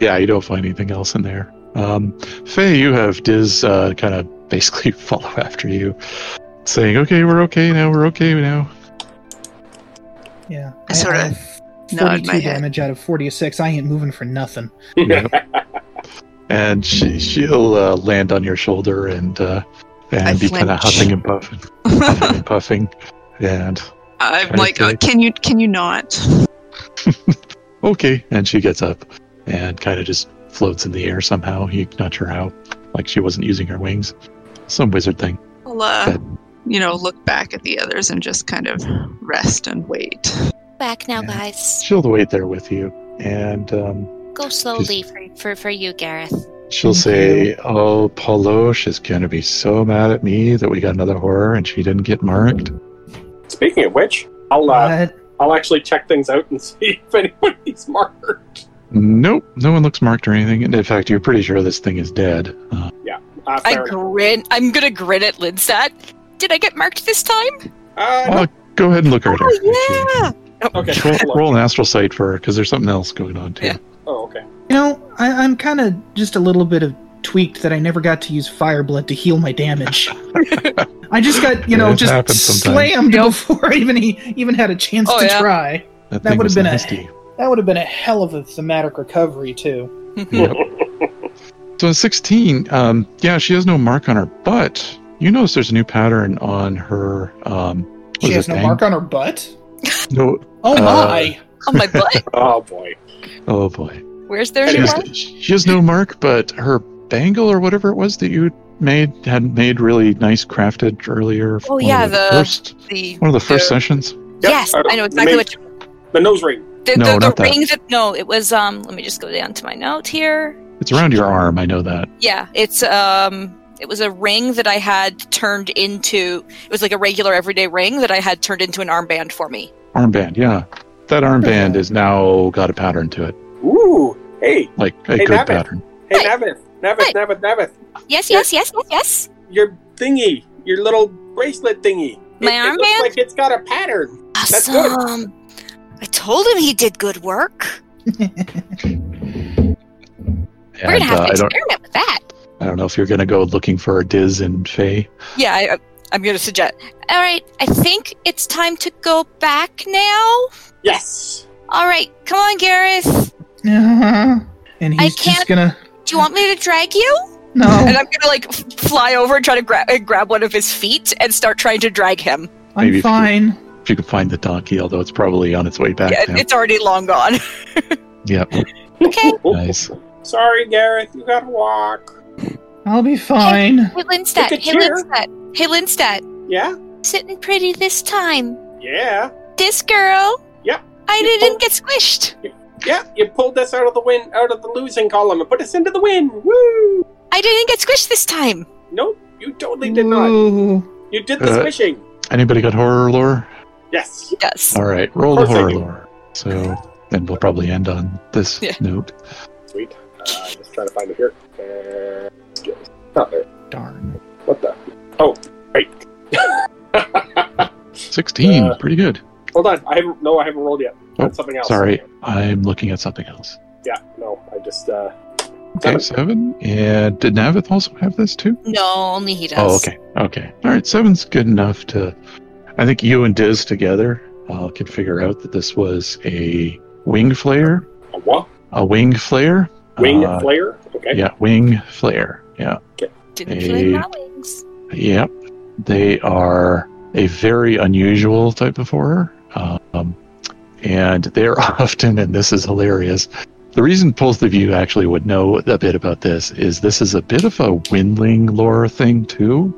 A: Yeah, you don't find anything else in there. Um, Faye, you have Diz uh, kind of basically follow after you, saying, "Okay, we're okay now. We're okay now."
B: Yeah.
E: I sorta
B: have
E: nod my
B: 42
E: head.
B: damage out of 46. I ain't moving for nothing.
A: And she she'll uh, land on your shoulder and uh, and
E: I
A: be kind of
E: flinch.
A: huffing and puffing, huffing and puffing. And
E: I'm
A: Trying to
E: like, uh,
A: think.
E: can you can you not?
A: okay, and she gets up and kind of just floats in the air somehow. You not sure how, like she wasn't using her wings, some wizard thing.
E: I'll, uh,
A: But-
E: you know, look back at the others and just kind of rest and wait.
F: back now,
A: Yeah.
F: guys.
A: She'll wait there with you, and um,
F: Go slowly for, for for you, Gareth.
A: She'll
B: Thank
A: say, "Oh, Palosh is going to be so mad at me that we got another horror and she didn't get marked."
D: Speaking of which, I'll uh,
B: But
D: I'll actually check things out and see if anybody's marked.
A: Nope, no one looks marked or anything. And in fact, you're pretty sure this thing is dead. Uh,
D: Uh,
C: I
D: fair enough.
C: grin. I'm gonna grin at Linsat. Did I get marked this time?
D: Uh,
A: well, go ahead and look right at her.
C: Oh
D: no. Okay.
A: Actually, Roll,
D: Hello.
A: roll an astral sight for her because there's something else going on too.
C: Yeah.
D: Oh, okay.
B: You know, I, I'm kind of just a little bit of tweaked that I never got to use fire blood to heal my damage. I just got, you know,
A: It
B: just
A: happens sometimes.
B: slammed before even he even had a chance
C: Oh,
B: to
C: yeah.
B: try.
A: That,
B: That
A: thing
B: would've
A: was
B: been a-
A: nasty.
B: That would have been a hell of a thematic recovery too.
A: Yep. So in 16, um, yeah, she has no mark on her butt. You notice there's a new pattern on her. Um, what
B: She
A: is
B: has
A: it,
B: no
A: bang?
B: mark on her butt.
A: No,
B: Oh
A: Uh,
B: my!
C: my butt.
D: Oh boy.
A: Oh boy.
C: Where's there
A: She
C: any
D: Anyway.
C: mark?
A: has, she has no mark, but her bangle or whatever it was that you made had made really nice crafted earlier.
C: Oh,
A: one
C: yeah,
A: of
C: the-
A: first
C: The
A: one of the first
C: the-
A: sessions.
D: Yep,
C: yes, I know exactly
D: made
C: what you.
D: The nose ring.
C: The,
A: No,
C: the,
A: not
C: the
A: that.
C: ring that no, it was um. Let me just go down to my note here.
A: It's around your arm. I know that.
C: Yeah, it's um it was a ring that I had turned into it was like a regular everyday ring that I had turned into an armband for me.
A: Armband. Yeah, that armband is now got a pattern to it,
D: Ooh. Hey,
A: like a
D: Hey,
A: good
D: Nabbit.
A: pattern.
D: hey,
C: Hey.
D: Navith. Navith,
C: Hey.
D: Navith, Navith.
F: Yes, yes, yes, yes, yes.
D: Your thingy. Your little bracelet thingy.
F: My
D: it, it
F: armband?
D: looks like it's got a pattern. That's good.
F: Awesome. I told him he did good work. We're
A: And,
F: gonna have
A: uh,
F: to
A: I don't.
F: experiment with that.
A: I don't know if you're gonna go looking for a Diz and Faye.
C: Yeah, I, I- I'm gonna suggest.
F: All right, I think it's time to go back now.
D: Yes.
F: All right, come on, Gareth.
B: and he's just
F: can't-
B: gonna
F: Do you want me to drag you?
B: no.
F: Oh.
C: And I'm gonna like f- fly over and try to grab and grab one of his feet and start trying to drag him.
A: Maybe if
B: I'm
A: you-
B: fine.
A: If you could find the donkey, although it's probably on its way back.
C: Yeah,
A: now.
C: it's already long gone.
A: Yep.
F: Okay.
A: Nice.
D: Sorry, Gareth. You gotta walk.
B: I'll be fine.
F: Hey, Lindstedt.
D: Look at
F: Hey,
D: you.
F: Lindstedt. Hey, Lindstedt.
D: Yeah.
F: Sitting pretty this time.
D: Yeah.
F: This girl.
D: Yep.
F: I didn't get squished.
D: Yeah. You pulled us out of the win, out of the losing column, and put us into the win. Woo!
F: I didn't get squished this time.
D: Nope. You totally did not.
B: Ooh.
D: You did the
A: Mm. Uh,
D: swishing.
A: Anybody got horror lore?
D: Yes.
C: He does.
A: All right, roll the
D: course I
A: horror
D: do.
A: lore. So then we'll probably end on this
C: Yeah.
A: note.
D: Sweet. Uh, just trying to find it here. Uh, skills. Not there.
B: Darn.
D: What the? Oh, right.
A: 16,
D: Uh,
A: pretty good.
D: Hold on. I haven't. No, I haven't rolled yet.
A: Oh,
D: That's something else.
A: Sorry, I'm looking at something else.
D: Yeah. No. I just. uh
A: Okay, seven. And did Navith also have this too?
C: No, only he does.
A: Oh, okay. Okay. All right, seven's good enough to. I think you and Diz together uh, can figure out that this was a wing flare.
D: A what?
A: A wing flare?
D: Wing
A: Uh,
D: flare. Okay.
A: Yeah, wing flare. Yeah.
C: Didn't
A: Hey.
C: feel like my wings.
A: Yep. They are a very unusual type of horror. Um, and they're often, and this is hilarious. The reason both of you actually would know a bit about this is this is a bit of a windling lore thing, too.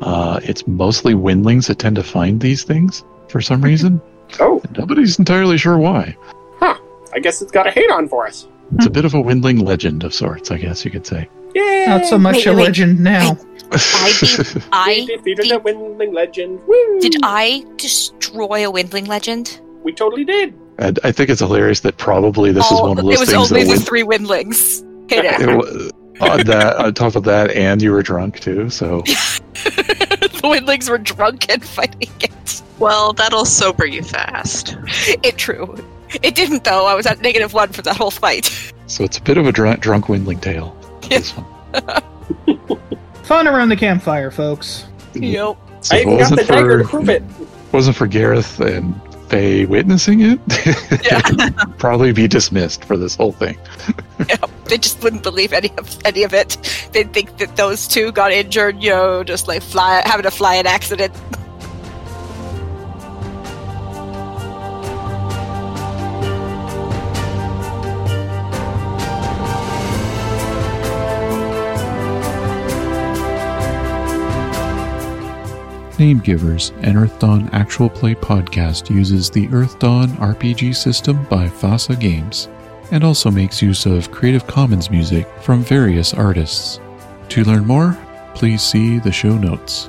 A: Uh, it's mostly windlings that tend to find these things for some reason.
D: Oh,
A: Nobody's entirely sure why.
D: I guess it's got a hate on for us.
C: Hmm.
A: It's a bit of a windling legend of sorts, I guess you could say.
D: Yeah.
B: Not so much
C: Wait,
B: a
C: wait, wait.
B: legend now.
C: I
D: We
C: I
D: defeated
C: did-
D: a windling legend. Woo!
C: did I destroy a windling legend?
D: We totally did.
A: and I think it's hilarious that probably this is
C: All-
A: one of those
C: Oh, it was
A: things
C: only
A: that
C: the
A: win-
C: three windlings. Hit it.
A: it wa- on that on top of that and you were drunk too so
C: the windlings were drunk and fighting it.
E: Well, that'll sober you fast.
C: It true. It didn't though. I was at negative one for that whole fight.
A: so it's a bit of a drunk drunk windling tale this one.
B: Fun around the campfire, folks.
A: Mm-hmm.
C: Yep.
A: so
D: I
A: if
D: even
A: it
D: got
A: wasn't
D: the dagger to
A: for
D: prove it.
A: wasn't for gareth and faye witnessing it
C: Yeah.
A: it'd probably be dismissed for this whole thing
C: They just wouldn't believe any of any of it. They'd think that those two got injured, you know, just like fly having a flying accident.
G: Name Givers, an Earth Dawn actual play podcast, uses the Earth Dawn RPG system by FASA Games and also makes use of Creative Commons music from various artists. To learn more, please see the show notes.